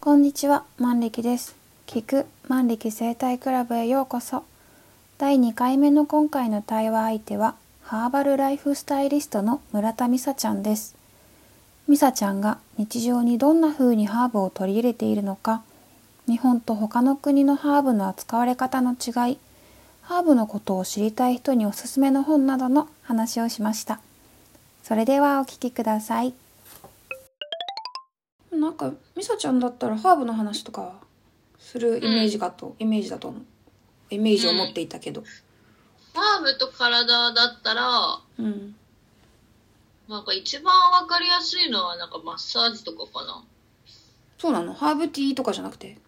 こんにちは、万力です。聞く万力生態クラブへようこそ。第2回目の今回の対話相手は、ハーバルライフスタイリストの村田美沙ちゃんです。美沙ちゃんが日常にどんな風にハーブを取り入れているのか、日本と他の国のハーブの扱われ方の違い、ハーブのことを知りたい人におすすめの本などの話をしました。それではお聞きください。なんかミサちゃんだったらハーブの話とかするイメージがと、イメージだと思うイメージを持っていたけどハーブと体だったら、うんなんか一番わかりやすいのは、なんかマッサージとかかな。そうなのハーブティーとかじゃなくて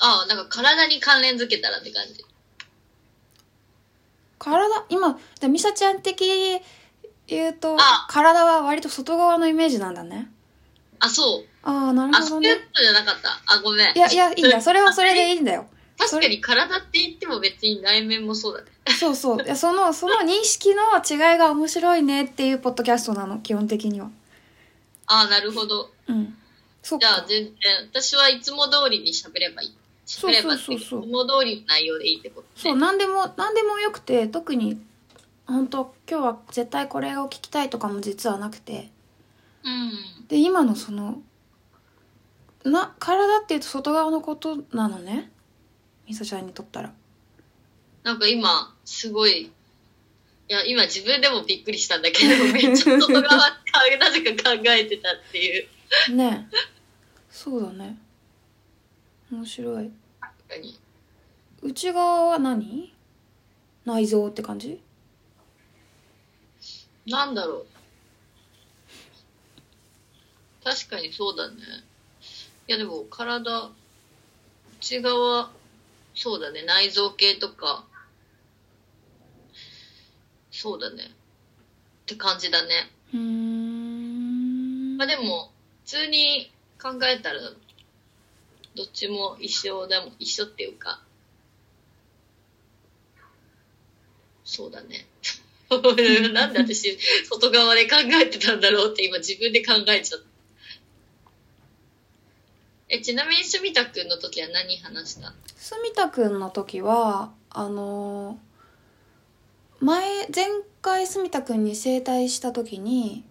ああ、なんか体に関連づけたらって感じ。体今じゃあミサちゃん的言うとあ体は割と外側のイメージなんだねあ、そう。ああなるあ、ほそどういうねことじゃなかった。あ、ごめん。いやいやいいんだそれはそれでいいんだよ確かに体って言っても別に内面もそうだね。そうそういやそ のその認識の違いが面白いねっていうポッドキャストなの基本的にはああ、なるほど。うんそっじゃあか全然、私はいつも通りに喋ればいい。そ喋うれそばうってそいううかそういつも通りの内容でいいってことそうね。何でも何でもよくて特に本当今日は絶対これを聞きたいとかも実はなくてうん。で今のそのな体っていうと外側のことなのねみそちゃんにとったらなんか今、すごい、いや、今自分でもびっくりしたんだけ ど、めっちゃ外側か、なぜか考えてたっていう。ねえそうだね面白い確かに。内側は何内臓って感じなんだろう。確かにそうだね。いやでも体、内側、そうだね、内臓系とか、そうだね。って感じだね。うーんまあでも、普通に考えたら、どっちも一緒でも、一緒っていうか、そうだね。 なんで私、外側で考えてたんだろうって今自分で考えちゃった。え、ちなみに、すみたくんの時は何話したの住田くんの時はあのー前前回住田くんに整体した時に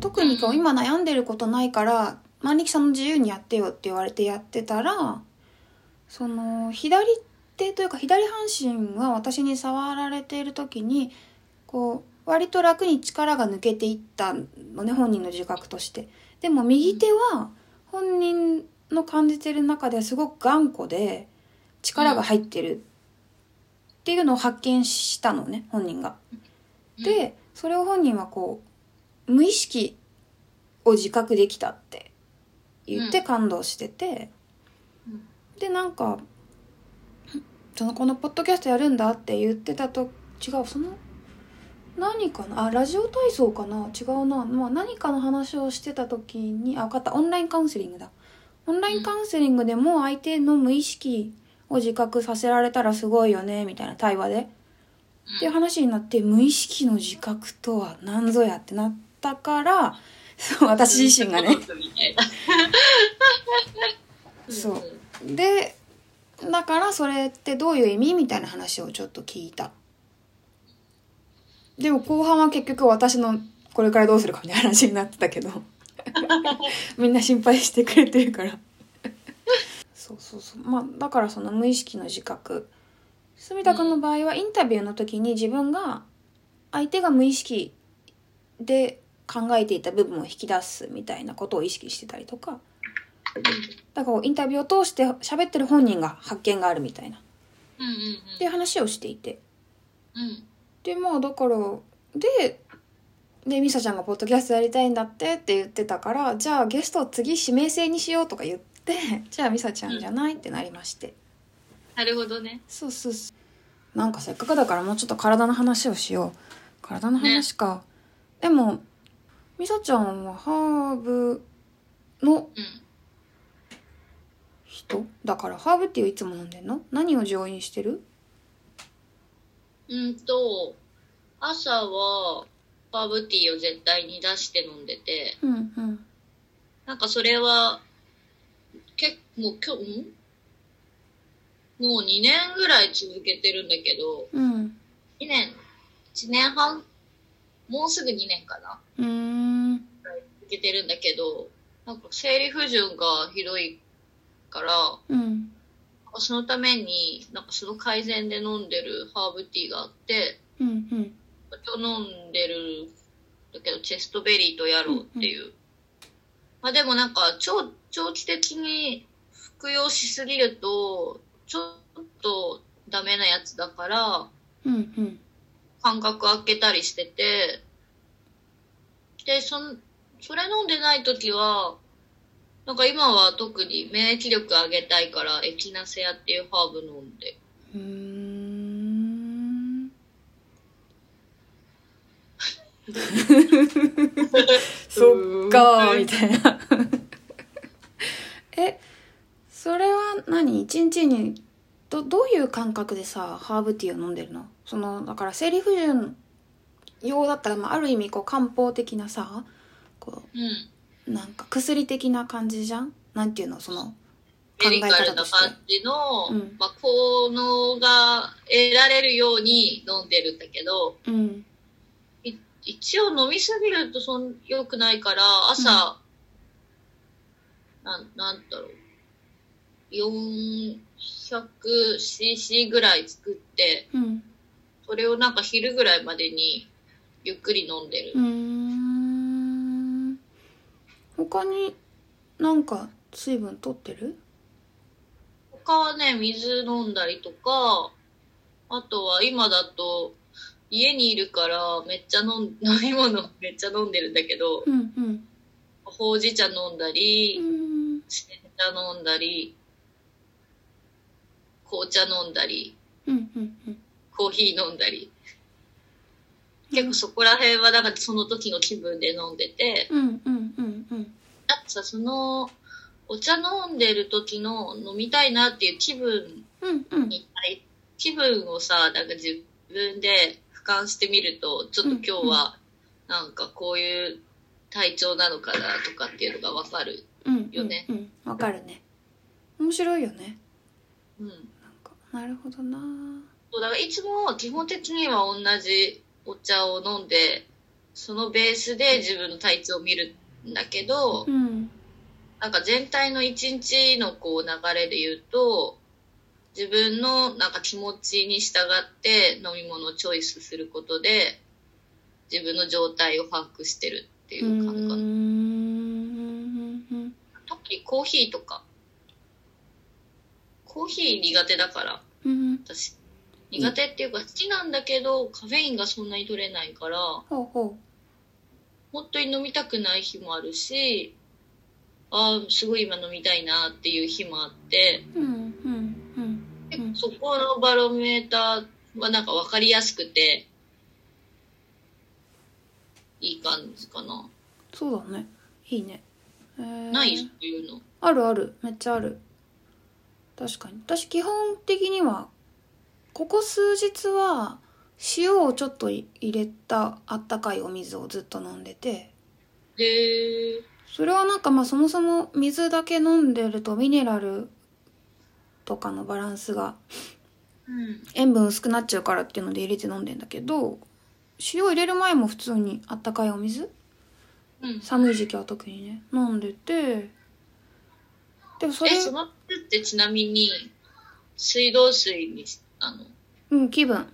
特にこううん今悩んでることないから万力さんの自由にやってよって言われてやってたらその左手というか左半身が私に触られている時にこう割と楽に力が抜けていったのね本人の自覚として。でも右手は本人の感じてる中ですごく頑固で力が入ってるっていうのを発見したのね本人が。でそれを本人はこう無意識を自覚できたって言って感動してて、うんでなんかそのこのポッドキャストやるんだって言ってたと違うその何かなあラジオ体操かな違うな、まあ、何かの話をしてた時にあ分かったオンラインカウンセリングだオンラインカウンセリングでも相手の無意識を自覚させられたらすごいよねみたいな対話でっていう話になって無意識の自覚とは何ぞやってなったからそう私自身がね。みたいなそうんんでだからそれってどういう意味みたいな話をちょっと聞いたでも後半は結局私のこれからどうするかみたいな話になってたけどみんな心配してくれてるからそうそうそうまあだからその無意識の自覚住田君の場合はインタビューの時に自分が相手が無意識で考えていた部分を引き出すみたいなことを意識してたりとかだからこうインタビューを通して喋ってる本人が発見があるみたいなうんっていう話をしていてうんうん。うん。でまあだからででミサちゃんが「ポッドキャストやりたいんだって」って言ってたからじゃあゲストを次指名制にしようとか言って じゃあミサちゃんじゃないってなりましてなるほどね。そうそうそうなんかせっかくだからもうちょっと体の話をしよう体の話か、でもミサちゃんはハーブのうん。人だからハーブっていういつも飲んでんの何を上院してるうんと、朝は、ハーブティーを絶対に出して飲んでて、うんうんなんかそれは、もう今日、んもう2年ぐらい続けてるんだけど、うん2年、1年半、もうすぐ2年かな、うーん続けてるんだけど、なんか生理不順がひどいから、うんそのために、なんかその改善で飲んでるハーブティーがあって、うんうん今日飲んでるんだけど、チェストベリーとヤローっていう。まあでもなんか長、長期的に服用しすぎると、ちょっとダメなやつだから、うんうん間隔空けたりしてて、で、そん、それ飲んでない時は、なんか今は特に免疫力上げたいから、エキナセアっていうハーブ飲んで。うーんそっかーみたいなえそれは何一日にどどういう感覚でさハーブティーを飲んでるのそのだから生理不順用だったら、まあ、ある意味こう漢方的なさこうん。うなんか薬的な感じじゃんなんていうのそのメディカルとなして感じの、うんまあ、効能が得られるように飲んでるんだけど、うん一応飲みすぎるとそん良くないから、朝、なん、なんだろう。400cc ぐらい作って、うんそれをなんか昼ぐらいまでにゆっくり飲んでる。うーん他になんか水分取ってる他はね、水飲んだりとか、あとは今だと家にいるからめっちゃ飲ん、 飲み物めっちゃ飲んでるんだけど、うんうんほうじ茶飲んだりう、ん煎茶飲んだり、紅茶飲んだり、うんうんうんコーヒー飲んだり。結構そこら辺は、だからその時の気分で飲んでて、うんうんうんうんあとさ、その、お茶飲んでる時の飲みたいなっていう気分うんうんに対、気分をさ、なんか自分で俯瞰してみると、ちょっと今日は、なんかこういう体調なのかなとかっていうのがわかる。うんよねうんうんわかるね面白いよねうん。なんかなるほどなそうだからいつも基本的には同じお茶を飲んでそのベースで自分の体調を見るんだけど、うんなんか全体の一日のこう流れで言うと自分のなんか気持ちに従って飲み物をチョイスすることで自分の状態を把握してるってういーんうう感ん覚、うん特にコーヒーとかコーヒー苦手だからうん私苦手っていうか好きなんだけどカフェインがそんなに取れないからほうほ本当に飲みたくない日もあるしああすごい今飲みたいなっていう日もあってううんうんうん結構そこのバロメーターはなんか分かりやすくていい感じかな、そうだねいいねえーないそういうのあるあるめっちゃある確かに私基本的にはここ数日は塩をちょっとい入れたあったかいお水をずっと飲んでてでそれはなんかまあそもそも水だけ飲んでるとミネラルとかのバランスがうん塩分薄くなっちゃうからっていうので入れて飲んでんだけど塩入れる前も普通にあったかいお水うん寒い時期は特にね飲んでてでもそれえその水ってちなみに水道水にあのうん気分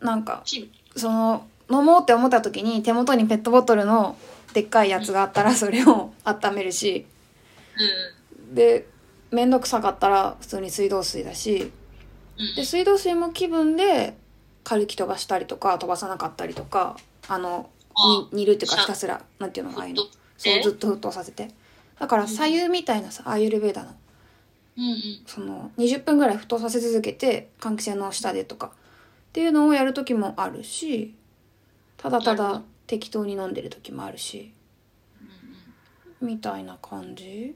なんか気分その飲もうって思った時に手元にペットボトルのでっかいやつがあったらそれを温めるしで面倒くさかったら普通に水道水だしうんうんで水道水も気分で軽き飛ばしたりとか飛ばさなかったりとかあのあに煮るっていうかシャひたすらなんていうのああいうの沸騰そうずっと沸騰させてだから左右みたいなさアーユルベーダのうんうんその20分ぐらい沸騰させ続けて換気扇の下でとかっていうのをやる時もあるしただたなるほだど適当に飲んでる時もあるしうんうんみたいな感じ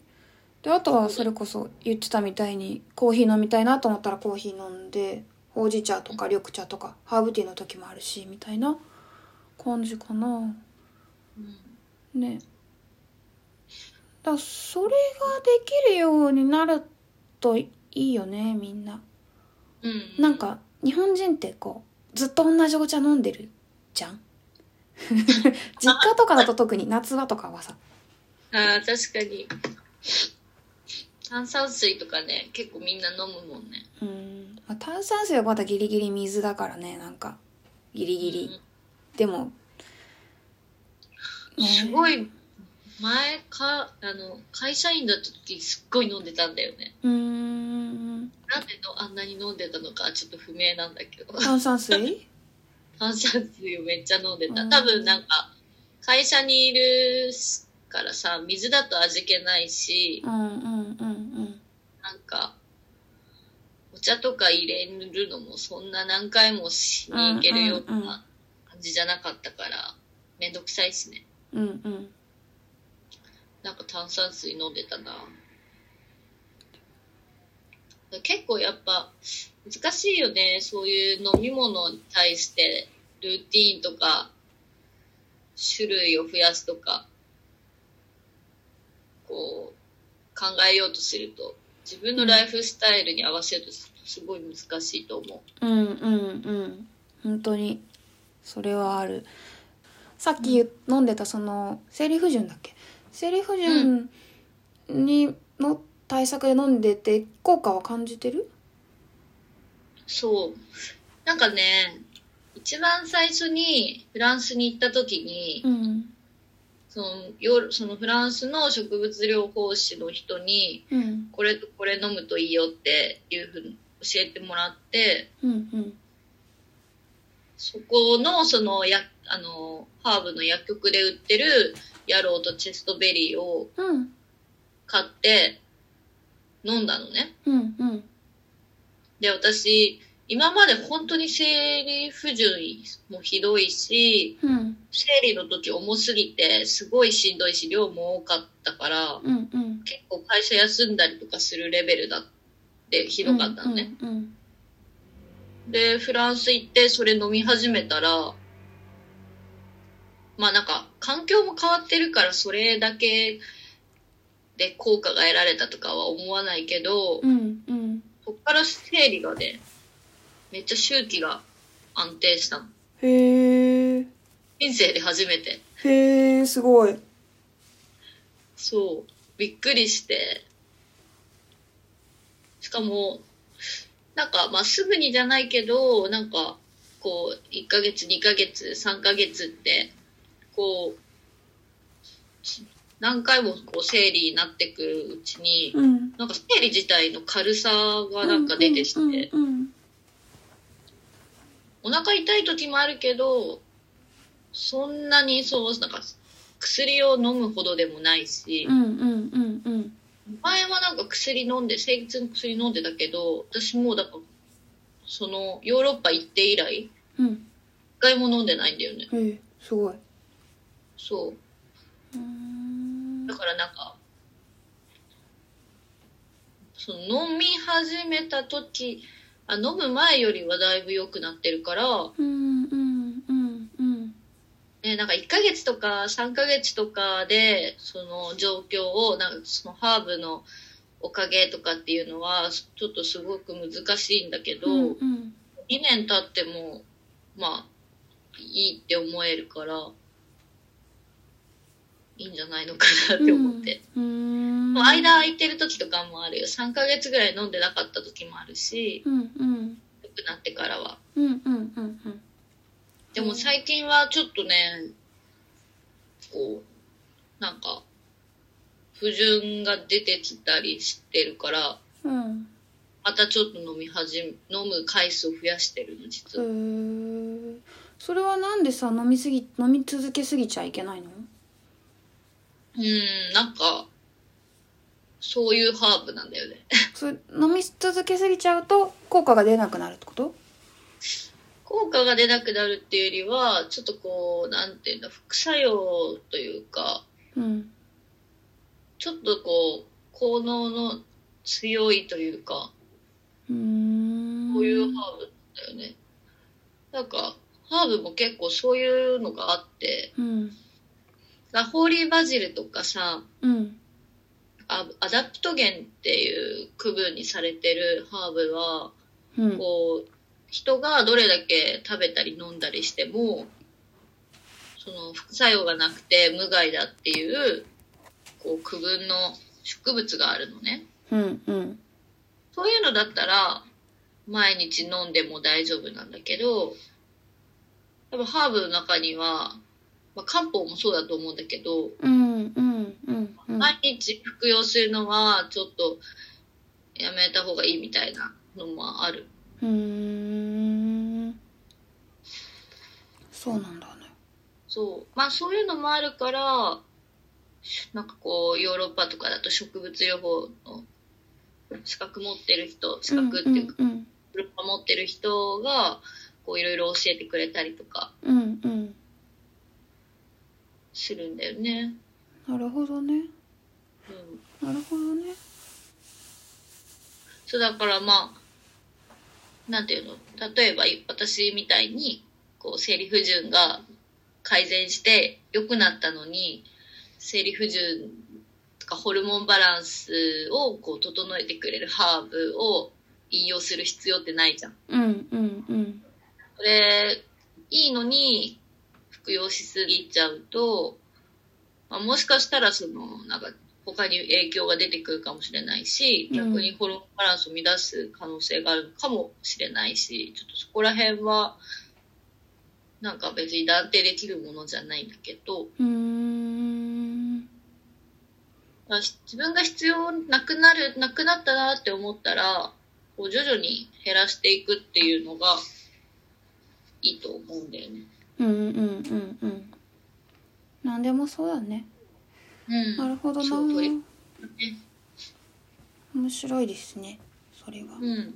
であとはそれこそ言ってたみたいにコーヒー飲みたいなと思ったらコーヒー飲んでほうじ茶とか緑茶とかハーブティーの時もあるしみたいな感じかなうんねだそれができるようになるといいよねみんなうん。なんか日本人ってこうずっと同じお茶飲んでるじゃん 実家とかだと特に夏場とかはさああ、確かに。炭酸水とかね、結構みんな飲むもんね。うん、まあ、炭酸水はまだギリギリ水だからねなんかギリギリでも、うんねすごい、前か、あの、会社員だった時すっごい飲んでたんだよね。うーんなんでのあんなに飲んでたのかちょっと不明なんだけど。 炭酸水炭酸水をめっちゃ飲んでうた。ん多分なんか、会社にいるからさ、水だと味気ないしう、んうんうんなんか、お茶とか入れるのもそんな何回もしに行けるよううんうんうんな感じじゃなかったから、めんどくさいしね。うんうんうんなんか炭酸水飲んでたな。結構やっぱ難しいよね。そういう飲み物に対してルーティーンとか種類を増やすとか、こう考えようとすると、自分のライフスタイルに合わせるとすすごい難しいと思うんうんうん本当にそれはあるさっき飲んでたその生理不順だっけ生理不順にの対策で飲んでて効果は感じてるう。そう。なんかね、一番最初にフランスに行った時に、うんそのヨーそのフランスの植物療法士の人にうんこれとこれ飲むといいよっていうふうに教えてもらってうんうんそこのそのやあのハーブの薬局で売ってるヤロウとチェストベリーをうん買って飲んだのね。うんうんで私今まで本当に生理不順もひどいしうん生理の時重すぎてすごいしんどいし量も多かったから。うんうん結構会社休んだりとかするレベルだってひどかったのね、うんうんでフランス行ってそれ飲み始めたらまあなんか環境も変わってるからそれだけで効果が得られたとかは思わないけど、うんうんそっから生理がねめっちゃ周期が安定したのへえ人生で初めてへえすごいそうびっくりしてしかもなんかまあすぐにじゃないけどなんかこう1ヶ月2ヶ月3ヶ月ってこう何回もこう生理になってくうちにうんなんか生理自体の軽さがなんか出てきて、うんうんお腹痛い時もあるけどそんなにそうなんか薬を飲むほどでもないし、うんうんうんうん前はなんか薬飲んで生理痛の薬飲んでたけど私もうだからそのヨーロッパ行って以来一うん回も飲んでないんだよねうんへえすごいそうーんうだからなんかその飲み始めた時あ飲む前よりはだいぶ良くなってるから、うんうんうんうんね、なんか1ヶ月とか3ヶ月とかでその状況をなんかそのハーブのおかげとかっていうのはちょっとすごく難しいんだけど、うんうん2年経ってもまあいいって思えるからいいんじゃないのかなって思って、うーんもう間空いてる時とかもあるよ3ヶ月ぐらい飲んでなかった時もあるしうんうん良くなってからはうんうんうんうんでも最近はちょっとねこうなんか不順が出てきたりしてるからうんまたちょっと飲み始め飲む回数を増やしてるの実へは、えそれはなんでさ飲みすぎ飲み続けすぎちゃいけないのうん、なんか、そういうハーブなんだよね。 それ飲み続けすぎちゃうと効果が出なくなるってこと効果が出なくなるっていうよりは、ちょっとこう、なんていうんだ、副作用というか、うんちょっとこう、効能の強いというか、うーんこういうハーブだよね。なんか、ハーブも結構そういうのがあって、うんラホーリーバジルとかさ、うんアアダプトゲンっていう区分にされてるハーブは、うんこう人がどれだけ食べたり飲んだりしてもその副作用がなくて無害だっていうこう区分の植物があるのねうんうんそういうのだったら毎日飲んでも大丈夫なんだけど多分ハーブの中には、まあ、漢方もそうだと思うんだけどうんうんうんうん毎日服用するのはちょっとやめた方がいいみたいなのもある。うーんそうなんだねそう。まあそういうのもあるから、なんかこう、ヨーロッパとかだと植物予報の資格持ってる人、資格っていうか、うんヨーロッパ持ってる人が、こういろいろ教えてくれたりとかうんうんうんするんだよね。なるほどねうん。なるほどねそうだからまあ、なんていうの、例えば私みたいに、こう、生理不順が改善して良くなったのに、生理不順とかホルモンバランスをこう整えてくれるハーブを引用する必要ってないじゃん。うんうんうんこれ、いいのに服用しすぎちゃうと、まあ、もしかしたらその、なんか、他に影響が出てくるかもしれないし、うん逆にホルモンバランスを乱す可能性があるかもしれないし、ちょっとそこら辺は、なんか別に断定できるものじゃないんだけど、うーんまあし自分が必要なくなる、なくなったなって思ったら、こう徐々に減らしていくっていうのがいいと思うんだよね。うんうんうんうんなんでもそうだねうん。なるほどそう取りな面白いですねそれはうん。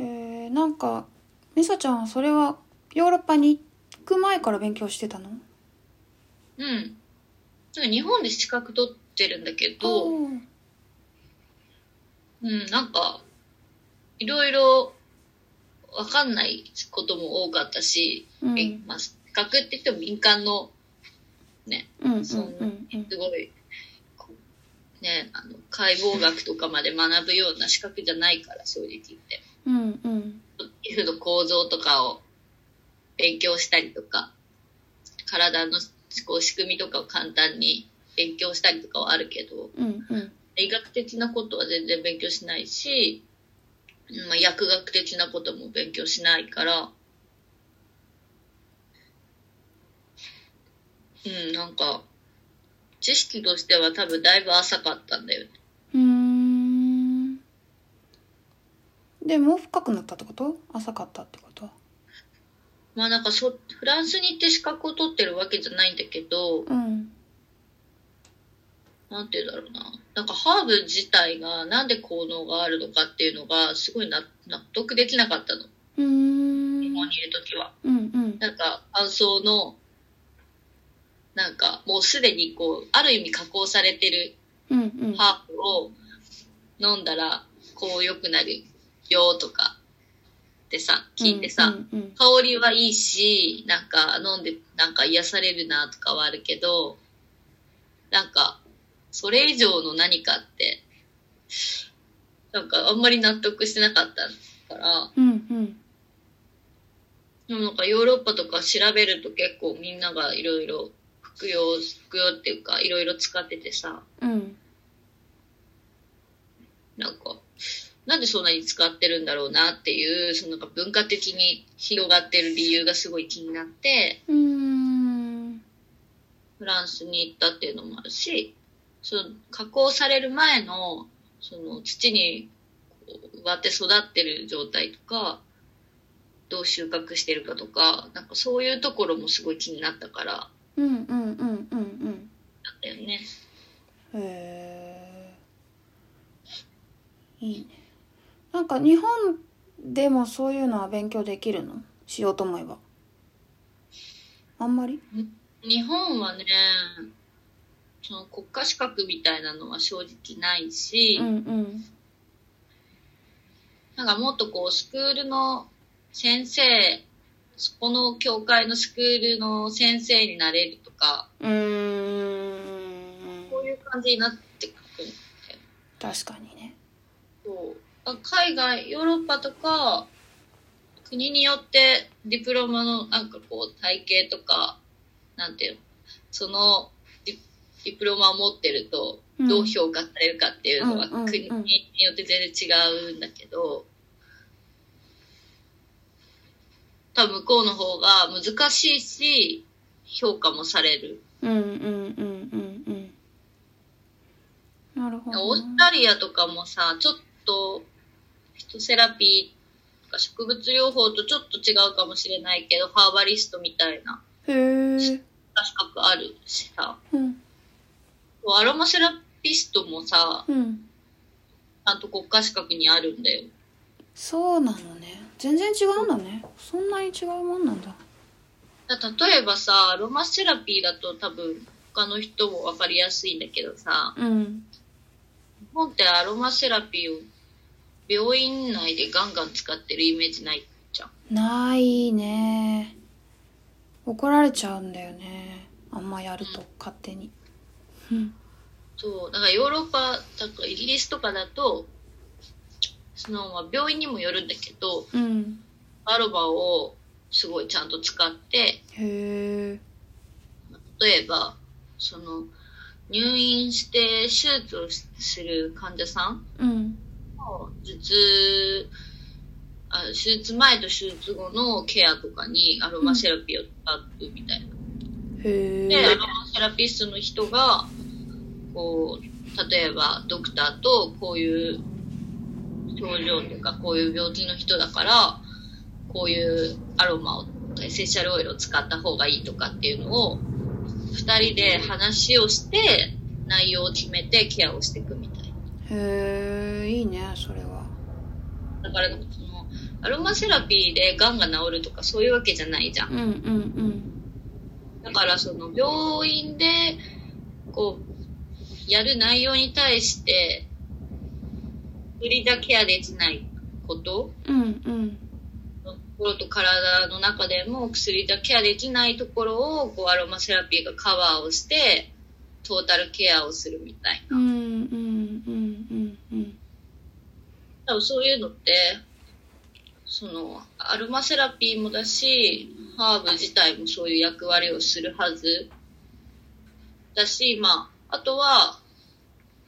えー、なんかみさちゃんはそれはヨーロッパに行く前から勉強してたのうん。なんか日本で資格取ってるんだけど、おーうん、なんか、いろいろわかんないことも多かったし、うんえまあ、資格って言っても民間のうんうんそうんうんすごい、こうね、あの解剖学とかまで学ぶような資格じゃないから、正直言って。うんうん皮膚の構造とかを勉強したりとか、体のこう仕組みとかを簡単に勉強したりとかはあるけど、うんうん医学的なことは全然勉強しないし、うんまあ、薬学的なことも勉強しないから、うん、なんか、知識としては多分だいぶ浅かったんだよね。うーんでもう深くなったってこと浅かったってことまあなんかそ、フランスに行って資格を取ってるわけじゃないんだけど、うんなんて言うんだろうな。なんかハーブ自体がなんで効能があるのかっていうのがすごいな納得できなかったの。うーん日本にいるときは。うんうんなんか乾燥の、なんかもうすでにこう、ある意味加工されてるうんうんハーブを飲んだらこう良くなるよとかってさ、聞いてさ、うんうん香りはいいし、なんか飲んでなんか癒されるなとかはあるけど、なんかそれ以上の何かって、なんかあんまり納得してなかったから、うんうんでもなんかヨーロッパとか調べると結構みんながいろいろ服用、服用っていうかいろいろ使っててさ、うんなんか、なんでそんなに使ってるんだろうなっていう、そのなんか文化的に広がってる理由がすごい気になって、うーんフランスに行ったっていうのもあるし、その加工される前の、その土にこう植わって育ってる状態とか、どう収穫してるかとか、なんかそういうところもすごい気になったから、うんうんうんうんうんだったよね。へえいいねなんか日本でもそういうのは勉強できるのしようと思えばあんまり日本はね、その国家資格みたいなのは正直ないし、うんうんなんかもっとこう、スクールの先生、そこの教会のスクールの先生になれるとか、うーんこういう感感じになってくるんで確かにねそうあ海外ヨーロッパとか国によってディプロマのなんかこう体系とかなんていうのそのディディプロマを持ってるとうんどう評価されるかっていうのはうんうんうん国によって全然違うんだけど多分向こうの方が難しいし評価もされるうんうんうんうんうんなるほオーどスなトラリアとかもさ、ちょっと、ヒトセラピーとか植物療法とちょっと違うかもしれないけど、ハーバリストみたいなへえ資格あるしさ、うんアロマセラピストもさ、うんちゃんと国家資格にあるんだよ。そうなのね全然違うんだねそんなに違うもんなんだだ例えばさ、アロマセラピーだと多分、他の人もわかりやすいんだけどさ、うん日本ってアロマセラピーを病院内でガンガン使ってるイメージないじゃん。ないね怒られちゃうんだよねあんまやると勝手にうんそう、だからヨーロッパ、なんかイギリスとかだと、その、まあ、病院にもよるんだけど、うんアロマをすごいちゃんと使って、へえ例えば、その、入院して手術をする患者さんうんの頭痛、あ手術前と手術後のケアとかにアロマセラピーを使うみたいな。へで、アえロマセラピストの人が、こう、例えばドクターとこういう症状というか、こういう病気の人だから、こういうアロマを、エッセンシャルオイルを使った方がいいとかっていうのを、二人で話をして、内容を決めてケアをしていくみたいな。へえいいねそれはだから、その、アロマセラピーで癌が治るとかそういうわけじゃないじゃんうんうんうんだからその病院でこうやる内容に対して薬だけはできないことうんうんのところと体の中でも薬だけはできないところをこうアロマセラピーがカバーをしてトータルケアをするみたいうんうんうんうんうん多分そういうのってそのアロマセラピーもだしハーブ自体もそういう役割をするはずだしまああとは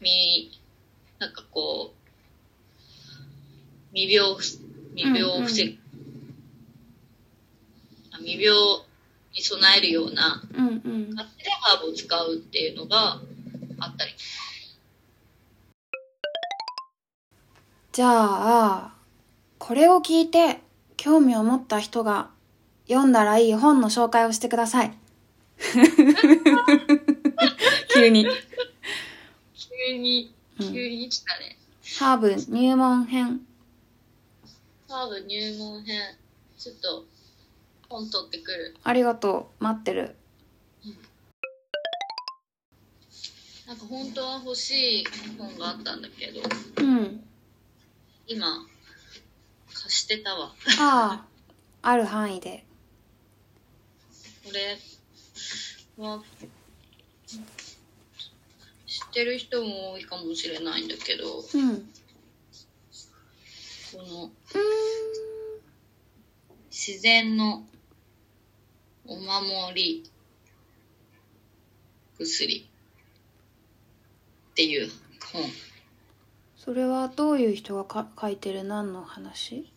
みなんかこう未病をふ未病を防ぐ、あ未病に備えるようなうんうん感じでハーブを使うっていうのがあったりじゃあこれを聞いて興味を持った人が読んだらいい本の紹介をしてください急に、急にう急んに来たね、ハーブ入門編ハーブ入門編。ちょっと、本取ってくる。ありがとう待ってるなんか本当は欲しい本があったんだけど、うん今、貸してたわ。ああある範囲でこれは、知ってる人も多いかもしれないんだけど、こうんうの、ーん自然のお守り薬っていう本。それはどういう人がか書いてる何の話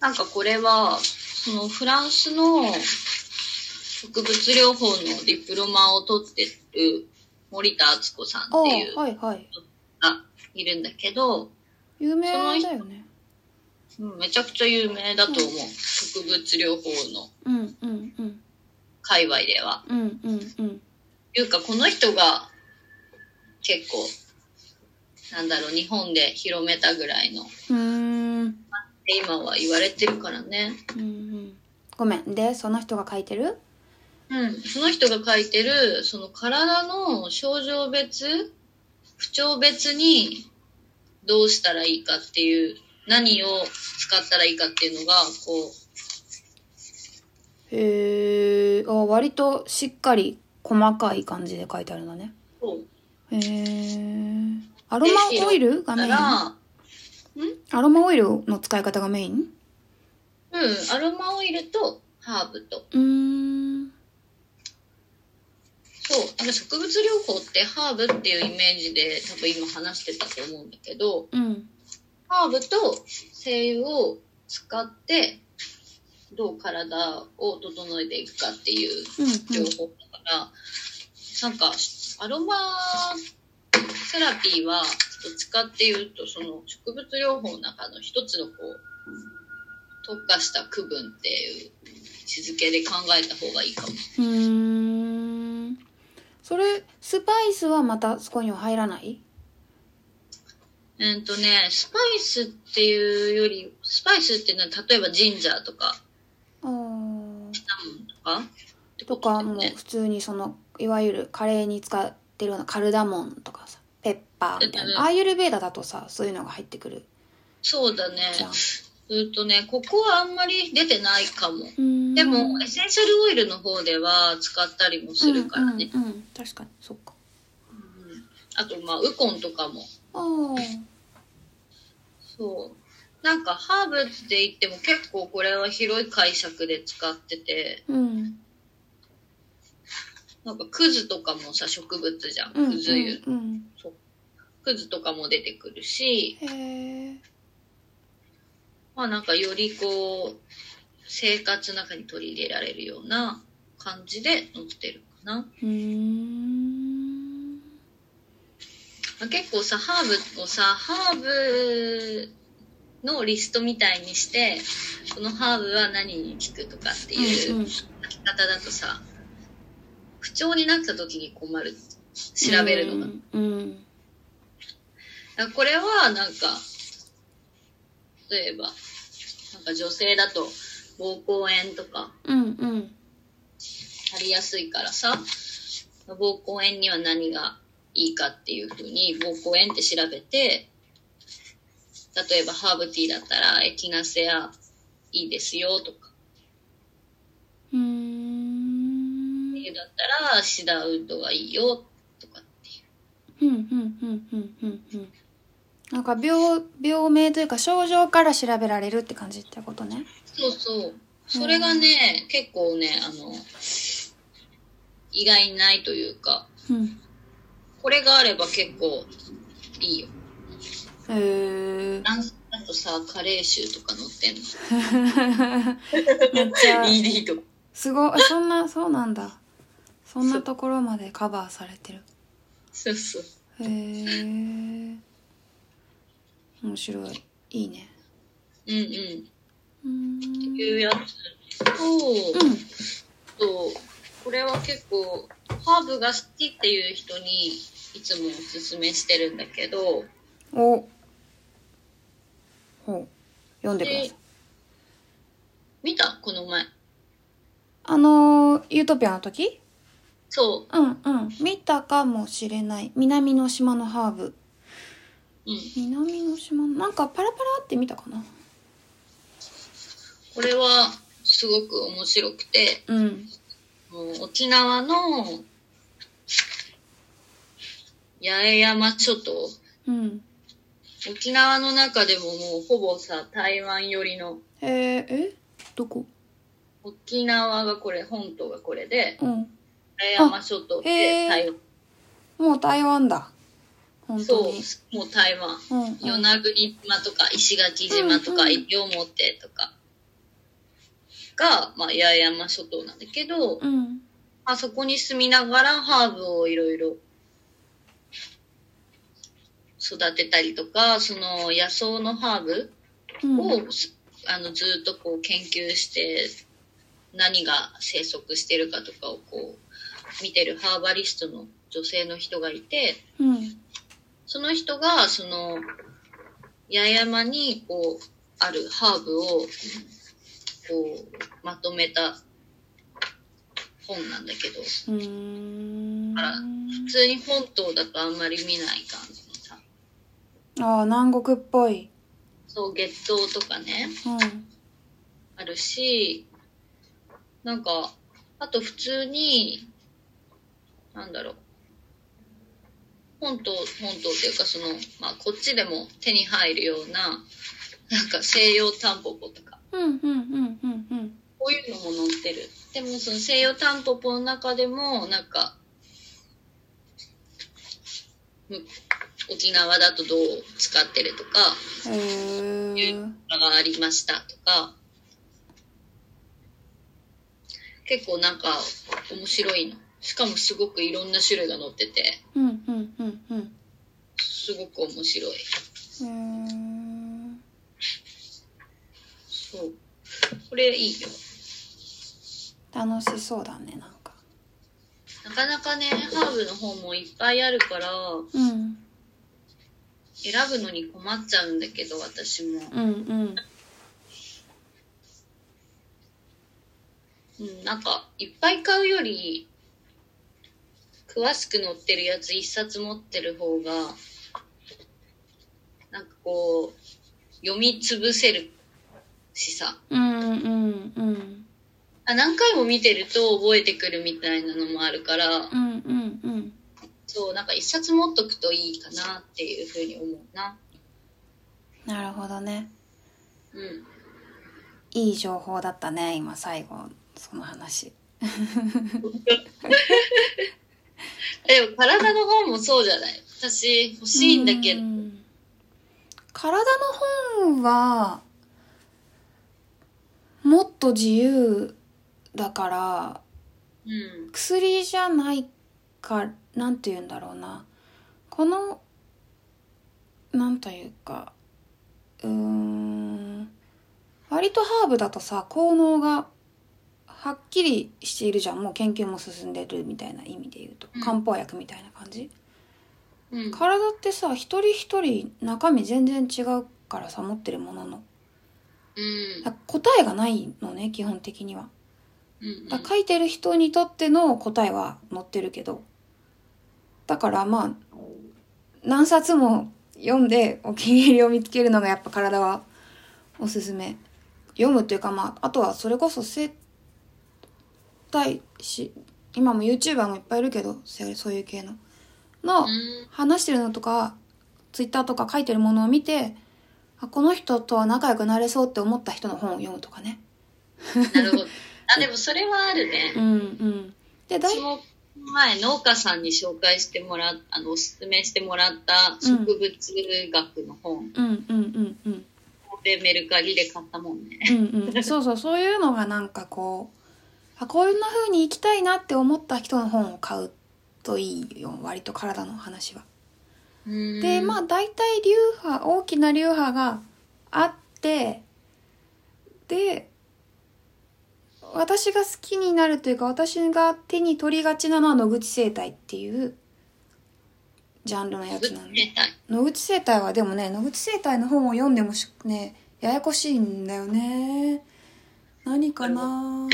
なんかこれは、そのフランスの植物療法のディプロマを取ってる森田敦子さんああっていうのはいはいがいるんだけど、有名だよねうんめちゃくちゃ有名だと思う。植物療法のうんうんうん界隈では。うんうんうんいうか、この人が結構、なんだろう、日本で広めたぐらいの、でうーん今は言われてるからね。うんうんごめんでその人が書いてるうん、その人が書いてる、その体の症状別、不調別にどうしたらいいかっていう、何を使ったらいいかっていうのが、こへえあ割としっかり細かい感じで書いてあるんだねう、こうへえアロマオイルがメインアら、ロマオイルの使い方がメインうん、アロマオイルとハーブと。うーん。そう、なんか植物療法ってハーブっていうイメージで多分今話してたと思うんだけど、うん。ハーブと精油を使って、どう体を整えていくかっていううん、情報だから、なんかアロマセラピーはどっちかっていうとその植物療法の中の一つのこう特化した区分っていう位置づけで考えた方がいいかも。うん。うーん。それ、スパイスはまたそこには入らないうんとね、スパイスっていうより、スパイスっていうのは例えばジンジャーとか、あーナムンとかってとことかだよもうね。普通にそのいわゆるカレーに使ってるようなカルダモンとかさペッパーみたいうんうんなアーユルベーダだとさそういうのが入ってくるそうだね。じゃんうんとね、ここはあんまり出てないかも。うーんでも、エッセンシャルオイルの方では使ったりもするからね。うんうんうん確かにそっかあと、まあ、ウコンとかも。あーそう。なんか、ハーブって言っても結構これは広い解釈で使ってて、うんなんか、クズとかもさ、植物じゃん。うんクズ油。うんうんクズとかも出てくるし、へえまあなんかよりこう、生活の中に取り入れられるような感じで載ってるかな。うーんまあ、結構さ、ハーブをさ、ハーブのリストみたいにして、このハーブは何に効くとかっていううんうん書き方だとさ、不調になった時に困る。調べるのが。うんうんだからこれはなんか、例えば、なんか女性だと膀胱炎とか、うんうんなりやすいからさ膀胱炎には何がいいかっていうふうに膀胱炎って調べて例えばハーブティーだったらエキナセアいいですよとかうーん冬だったらシダウッドがいいよとかっていうんうんうんうんうんうんなんか病病名というか症状から調べられるって感じってことねうそうそうそれがね結構ねあの意外にないというかうんこれがあれば結構いいよへえフランスだとさカレー臭とか載ってんのめっちゃ ED とかすごいそんなそうなんだそんなところまでカバーされてるそうそうへえ面白いいいねうんうんうーんっていうやつと、うんとこれは結構ハーブが好きっていう人にいつもおすすめしてるんだけどおほう読んでくださいで見たこの前あのーユートピアの時そうんうん見たかもしれない南の島のハーブう、うん、南の島なんかパラパラって見たかなこれはすごく面白くてうんもう沖縄の八重山諸島うん沖縄の中でももうほぼさ台湾寄りのえー、えどこ沖縄がこれ本島がこれでうん八重山諸島ってへー台湾もう台湾だ本当にそう、もう台湾。う、んうん、与那国島とか石垣島とかうんうん西表とかが、まあ、八重山諸島なんだけど、うんまあ、そこに住みながらハーブをいろいろ育てたりとか、その野草のハーブうんを、あのずっとこう研究して何が生息してるかとかをこう見てるハーバリストの女性の人がいて、うんその人が、その、八重山に、こう、あるハーブを、こう、まとめた本なんだけど、うーんあら普通に本島だとあんまり見ない感じのさ、ああ南国っぽいそう、月桃とかね、うんあるし、なんか、あと普通に、なんだろう、本島本島っていうかその、まあ、こっちでも手に入るようななんか西洋タンポポとかうんうんうんうんうんこういうのも載ってるでもその西洋タンポポの中でもなんかむ沖縄だとどう使ってるとかへえがありましたとか結構なんか面白いのしかもすごくいろんな種類が載っててうんうんうんうんすごく面白いへーそうこれいいよ楽しそうだねなんかなかなかねハーブの本もいっぱいあるからうん選ぶのに困っちゃうんだけど私も、うんうんうん、なんかいっぱい買うより詳しく載ってるやつ一冊持ってる方がなんかこう読み潰せるしさうんうんうんあ何回も見てると覚えてくるみたいなのもあるからうんうんうんそうなんか一冊持っとくといいかなっていうふうに思うななるほどねうんいい情報だったね今最後その話でも体の本もそうじゃない私欲しいんだけどうん体の本はもっと自由だからうん薬じゃないかなんて言うんだろうなこのなんというかうーん割とハーブだとさ効能がはっきりしているじゃんもう研究も進んでるみたいな意味で言うとうん漢方薬みたいな感じ、うん体ってさ一人一人中身全然違うからさ持ってるもののうんだ答えがないのね基本的にはうんだから書いてる人にとっての答えは載ってるけどだからまあ何冊も読んでお気に入りを見つけるのがやっぱ体はおすすめ読むっていうかまああとはそれこそ生体師今も YouTuber もいっぱいいるけどせそういう系ののうん話してるのとか Twitter とか書いてるものを見てあこの人とは仲良くなれそうって思った人の本を読むとかねなるほどあでもそれはあるねうんうんで大私も前農家さんに紹介してもらっあのおすすめしてもらった植物学の本うんうんうんうんでメルカリで買ったもんねうんうん、そうそうそういうのがなんかこうあこんな風に生きたいなって思った人の本を買うといいよ割と体の話は。でまああ大体流派大きな流派があってで私が好きになるというか私が手に取りがちなのは野口生態っていうジャンルのやつなんで野口生態はでもね野口生態の本を読んでもしねややこしいんだよね何かな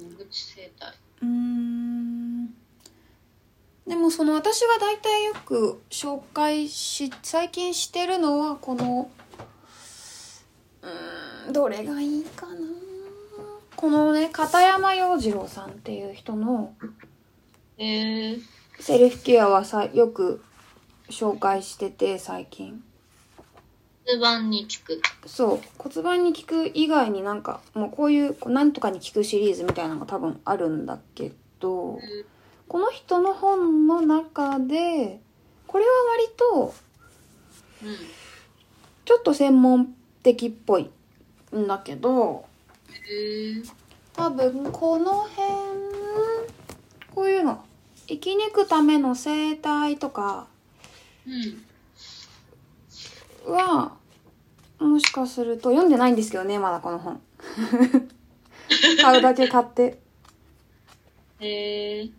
野口生態うーんでもその私が大体よく紹介し最近してるのはこのうーんどれがいいかなこのね片山洋次郎さんっていう人のへえセルフケアはさよく紹介してて最近骨盤に効くそう骨盤に効く以外になんかもうこういうこうなんとかに効くシリーズみたいなのが多分あるんだけどこの人の本の中でこれは割とうんちょっと専門的っぽいんだけどへえ多分この辺こういうの生き抜くための生態とかうんはもしかすると読んでないんですけどねまだこの本買うだけ買って。へえ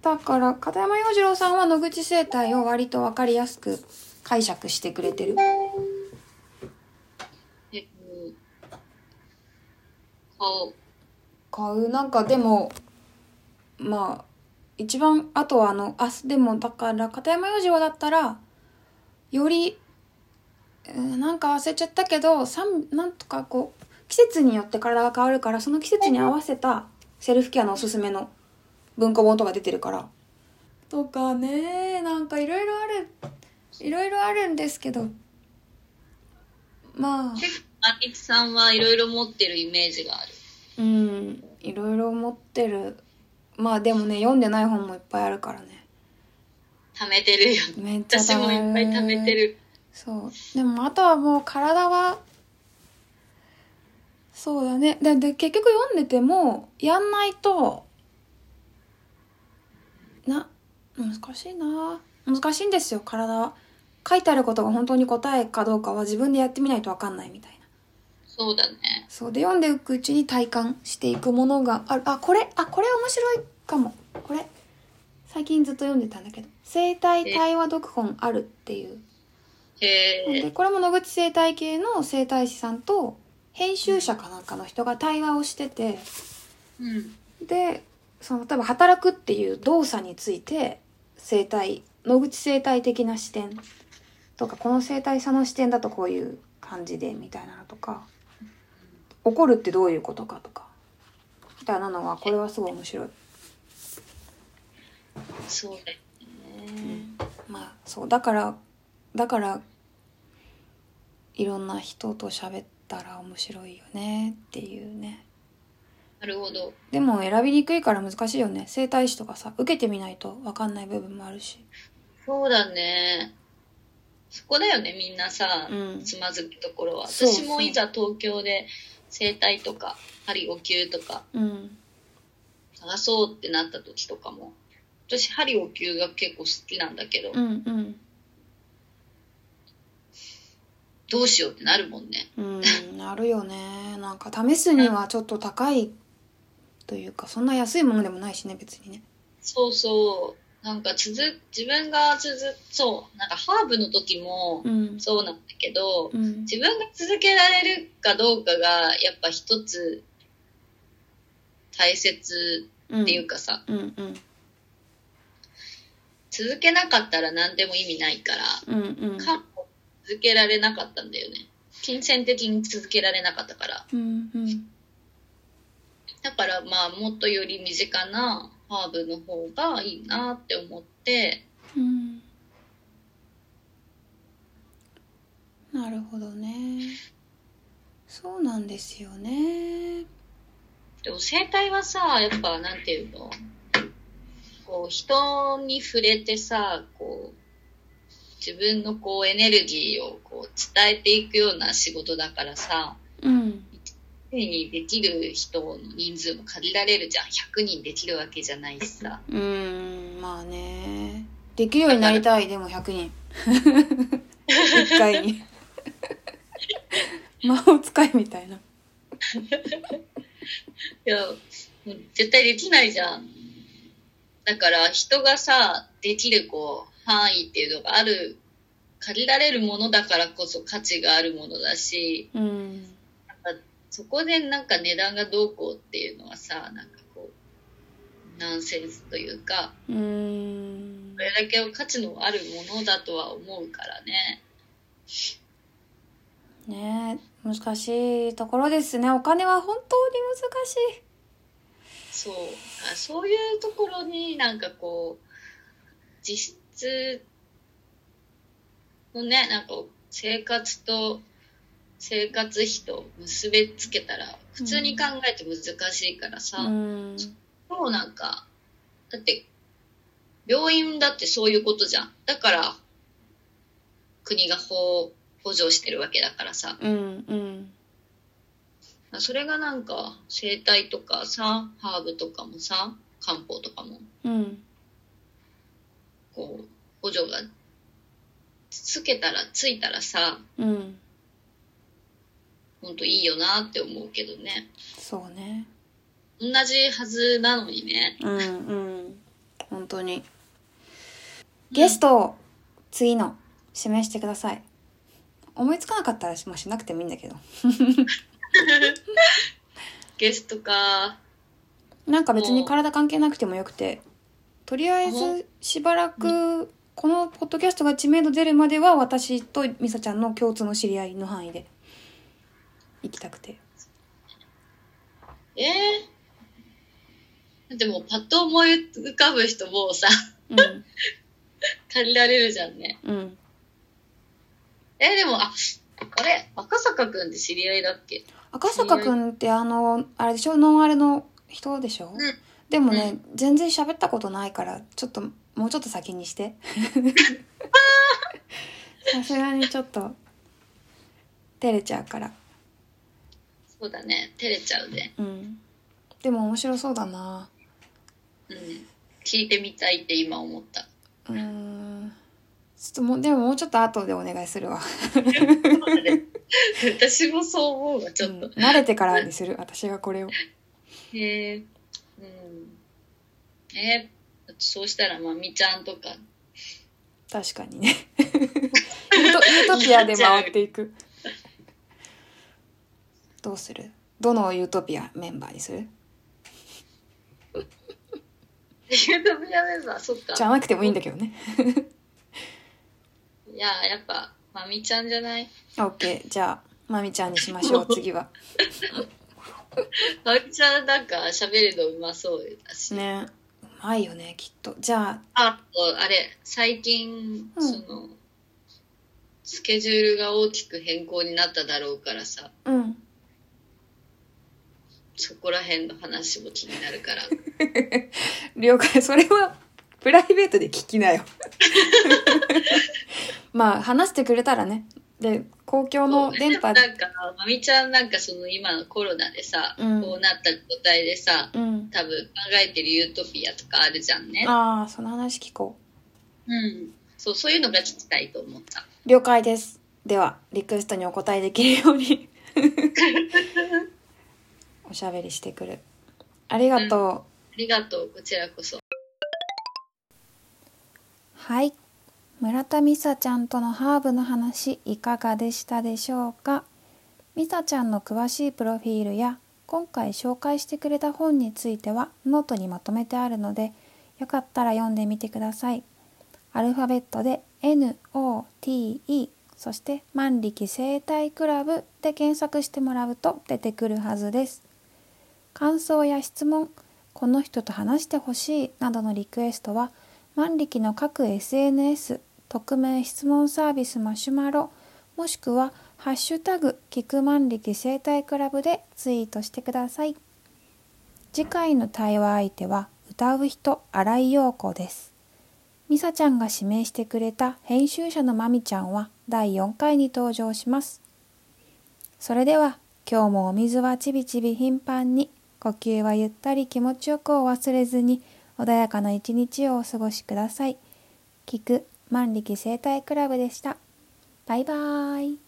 だから片山洋次郎さんは野口生態を割と分かりやすく解釈してくれてるえっと顔買うなんかでもまあ一番あとはあのあでもだから片山洋次郎だったらよりうんなんか忘れちゃったけどさんなんとかこう季節によって体が変わるからその季節に合わせたセルフケアのおすすめの文庫本とか出てるからとかねなんかいろいろあるいろいろあるんですけどまあ結構、あきさんはいろいろ持ってるイメージがある。うんいろいろ持ってるまあでもね読んでない本もいっぱいあるからね貯めてるよ。めっちゃ私もいっぱい貯めてる。そうでもあとはもう体はそうだねでで結局読んでてもやんないとな難しいな難しいんですよ体書いてあることが本当に答えかどうかは自分でやってみないと分かんないみたいなそうだね。そうで読んでいくうちに体感していくものがあるあこれあこれ面白いかもこれ最近ずっと読んでたんだけど「生体対話読本ある」っていうへでえ。これも野口生態系の生態師さんと編集者かなんかの人が対話をしててうん。でその例えば働くっていう動作について生態野口生態的な視点とかこの生態さの視点だとこういう感じでみたいなのとか怒るってどういうことかとかみたいなのはこれはすごい面白い。そうだよね。まあそうだからだからいろんな人と喋ったら面白いよねっていうねなるほど。でも選びにくいから難しいよね整体師とかさ受けてみないと分かんない部分もあるしそうだね。そこだよね、みんなさ、うんつまずくところは。そうそう私もいざ東京で整体とか、針お灸とかうん探そうってなった時とかも、私針お灸が結構好きなんだけど、うんうんどうしようってなるもんね。うんなるよねなんか試すにはちょっと高いというかそんな安いものでもないしね別にねそうそう。なんか続、自分が続、そう、なんかハーブの時もうんそうなんだけど、うん自分が続けられるかどうかが、やっぱ一つ大切うんっていうかさ、うんうん続けなかったら何でも意味ないから、うんうん過去続けられなかったんだよね。金銭的に続けられなかったから。うんうんだからまあもっとより身近なハーブの方がいいなって思って、うんなるほどねそうなんですよねでも生態はさ、やっぱなんていうのこう人に触れてさ、こう自分のこうエネルギーをこう伝えていくような仕事だからさ、うん常にできる人の人数も限られるじゃん。100人できるわけじゃないしさ。うんまあねできるようになりたいでも100人一回 に魔法使いみたいないや、もう絶対できないじゃん。だから人がさ、できるこう、範囲っていうのがある、限られるものだからこそ価値があるものだし、うんそこでなんか値段がどうこうっていうのはさ、なんかこう、ナンセンスというか、うんこれだけの価値のあるものだとは思うからね。ね難しいところですねお金は本当に難しいそう。あそういうところになんかこう、実質のね、なんか生活と生活費と結びつけたら、普通に考えて難しいからさ、うんもうなんか、だって、病院だってそういうことじゃん。だから、国が法、補助してるわけだからさ。うんうんそれがなんか生態とかさハーブとかもさ漢方とかもうんこう補助がつけたらついたらさうんほんといいよなって思うけどねそうね同じはずなのにねうんうん本当にゲストを次の指名してください思いつかなかったらまあしなくてもいいんだけどゲストかなんか別に体関係なくてもよくてとりあえうずしばらくこのポッドキャストが知名度出るまでは私とみさちゃんの共通の知り合いの範囲で行きたくてえー、だってもうパッと思い浮かぶ人もうさうん借りられるじゃんね。うんえ、でも、あ、あれ赤坂くんって知り合いだっけ赤坂くんってあのあれでしょノンアルの人でしょ、うんでもね、全然喋ったことないからちょっともうちょっと先にして さすがにちょっと照れちゃうからそうだね。照れちゃうね。うんでも面白そうだなうん。聞いてみたいって今 思った。うーんちょっともうでももうちょっと後でお願いするわ私もそう思うわ、ちょっと。うん慣れてからにする私がこれをへえ。うん。えー、そうしたら、まみちゃんとか。確かにねユートユートピアで回っていくどうするどのユートピアメンバーにするユートピアメンバー、そっか。じゃなくてもいいんだけどねいや、やっぱ、まみちゃんじゃない OK じゃあまみちゃんにしましょう次はまみちゃんなんか喋るのうまそうだし。ねうまいよねきっとじゃああと、あれ、最近、うんその、スケジュールが大きく変更になっただろうからさ、うんそこら辺の話も気にな るから。了解それはプライベートで聞きなよ まあ話してくれたらねで公共の電波でなんか、まみちゃんなんかその今のコロナでさ、うんこうなった状態でさ、うん多分考えてるユートピアとかあるじゃんね。ああその話聞こうん。そう、そういうのが聞きたいと思った。う了解ですではリクエストにお答えできるようにおしゃべりしてくるありがとう、ありがとう、こちらこそ。はい村田美沙ちゃんとのハーブの話いかがでしたでしょうか美沙ちゃんの詳しいプロフィールや今回紹介してくれた本についてはノートにまとめてあるのでよかったら読んでみてくださいアルファベットで NOTE そして万力生態クラブで検索してもらうと出てくるはずです感想や質問この人と話してほしいなどのリクエストは万力の各 SNS 匿名質問サービスマシュマロもしくは「ハッシュタグ聞く万力生態クラブ」でツイートしてください次回の対話相手は歌う人新井陽子ですミサちゃんが指名してくれた編集者のまみちゃんは第4回に登場しますそれでは今日もお水はちびちび頻繁に呼吸はゆったり気持ちよくを忘れずに穏やかな一日をお過ごしください。聞く万力生態クラブでした。バイバイ。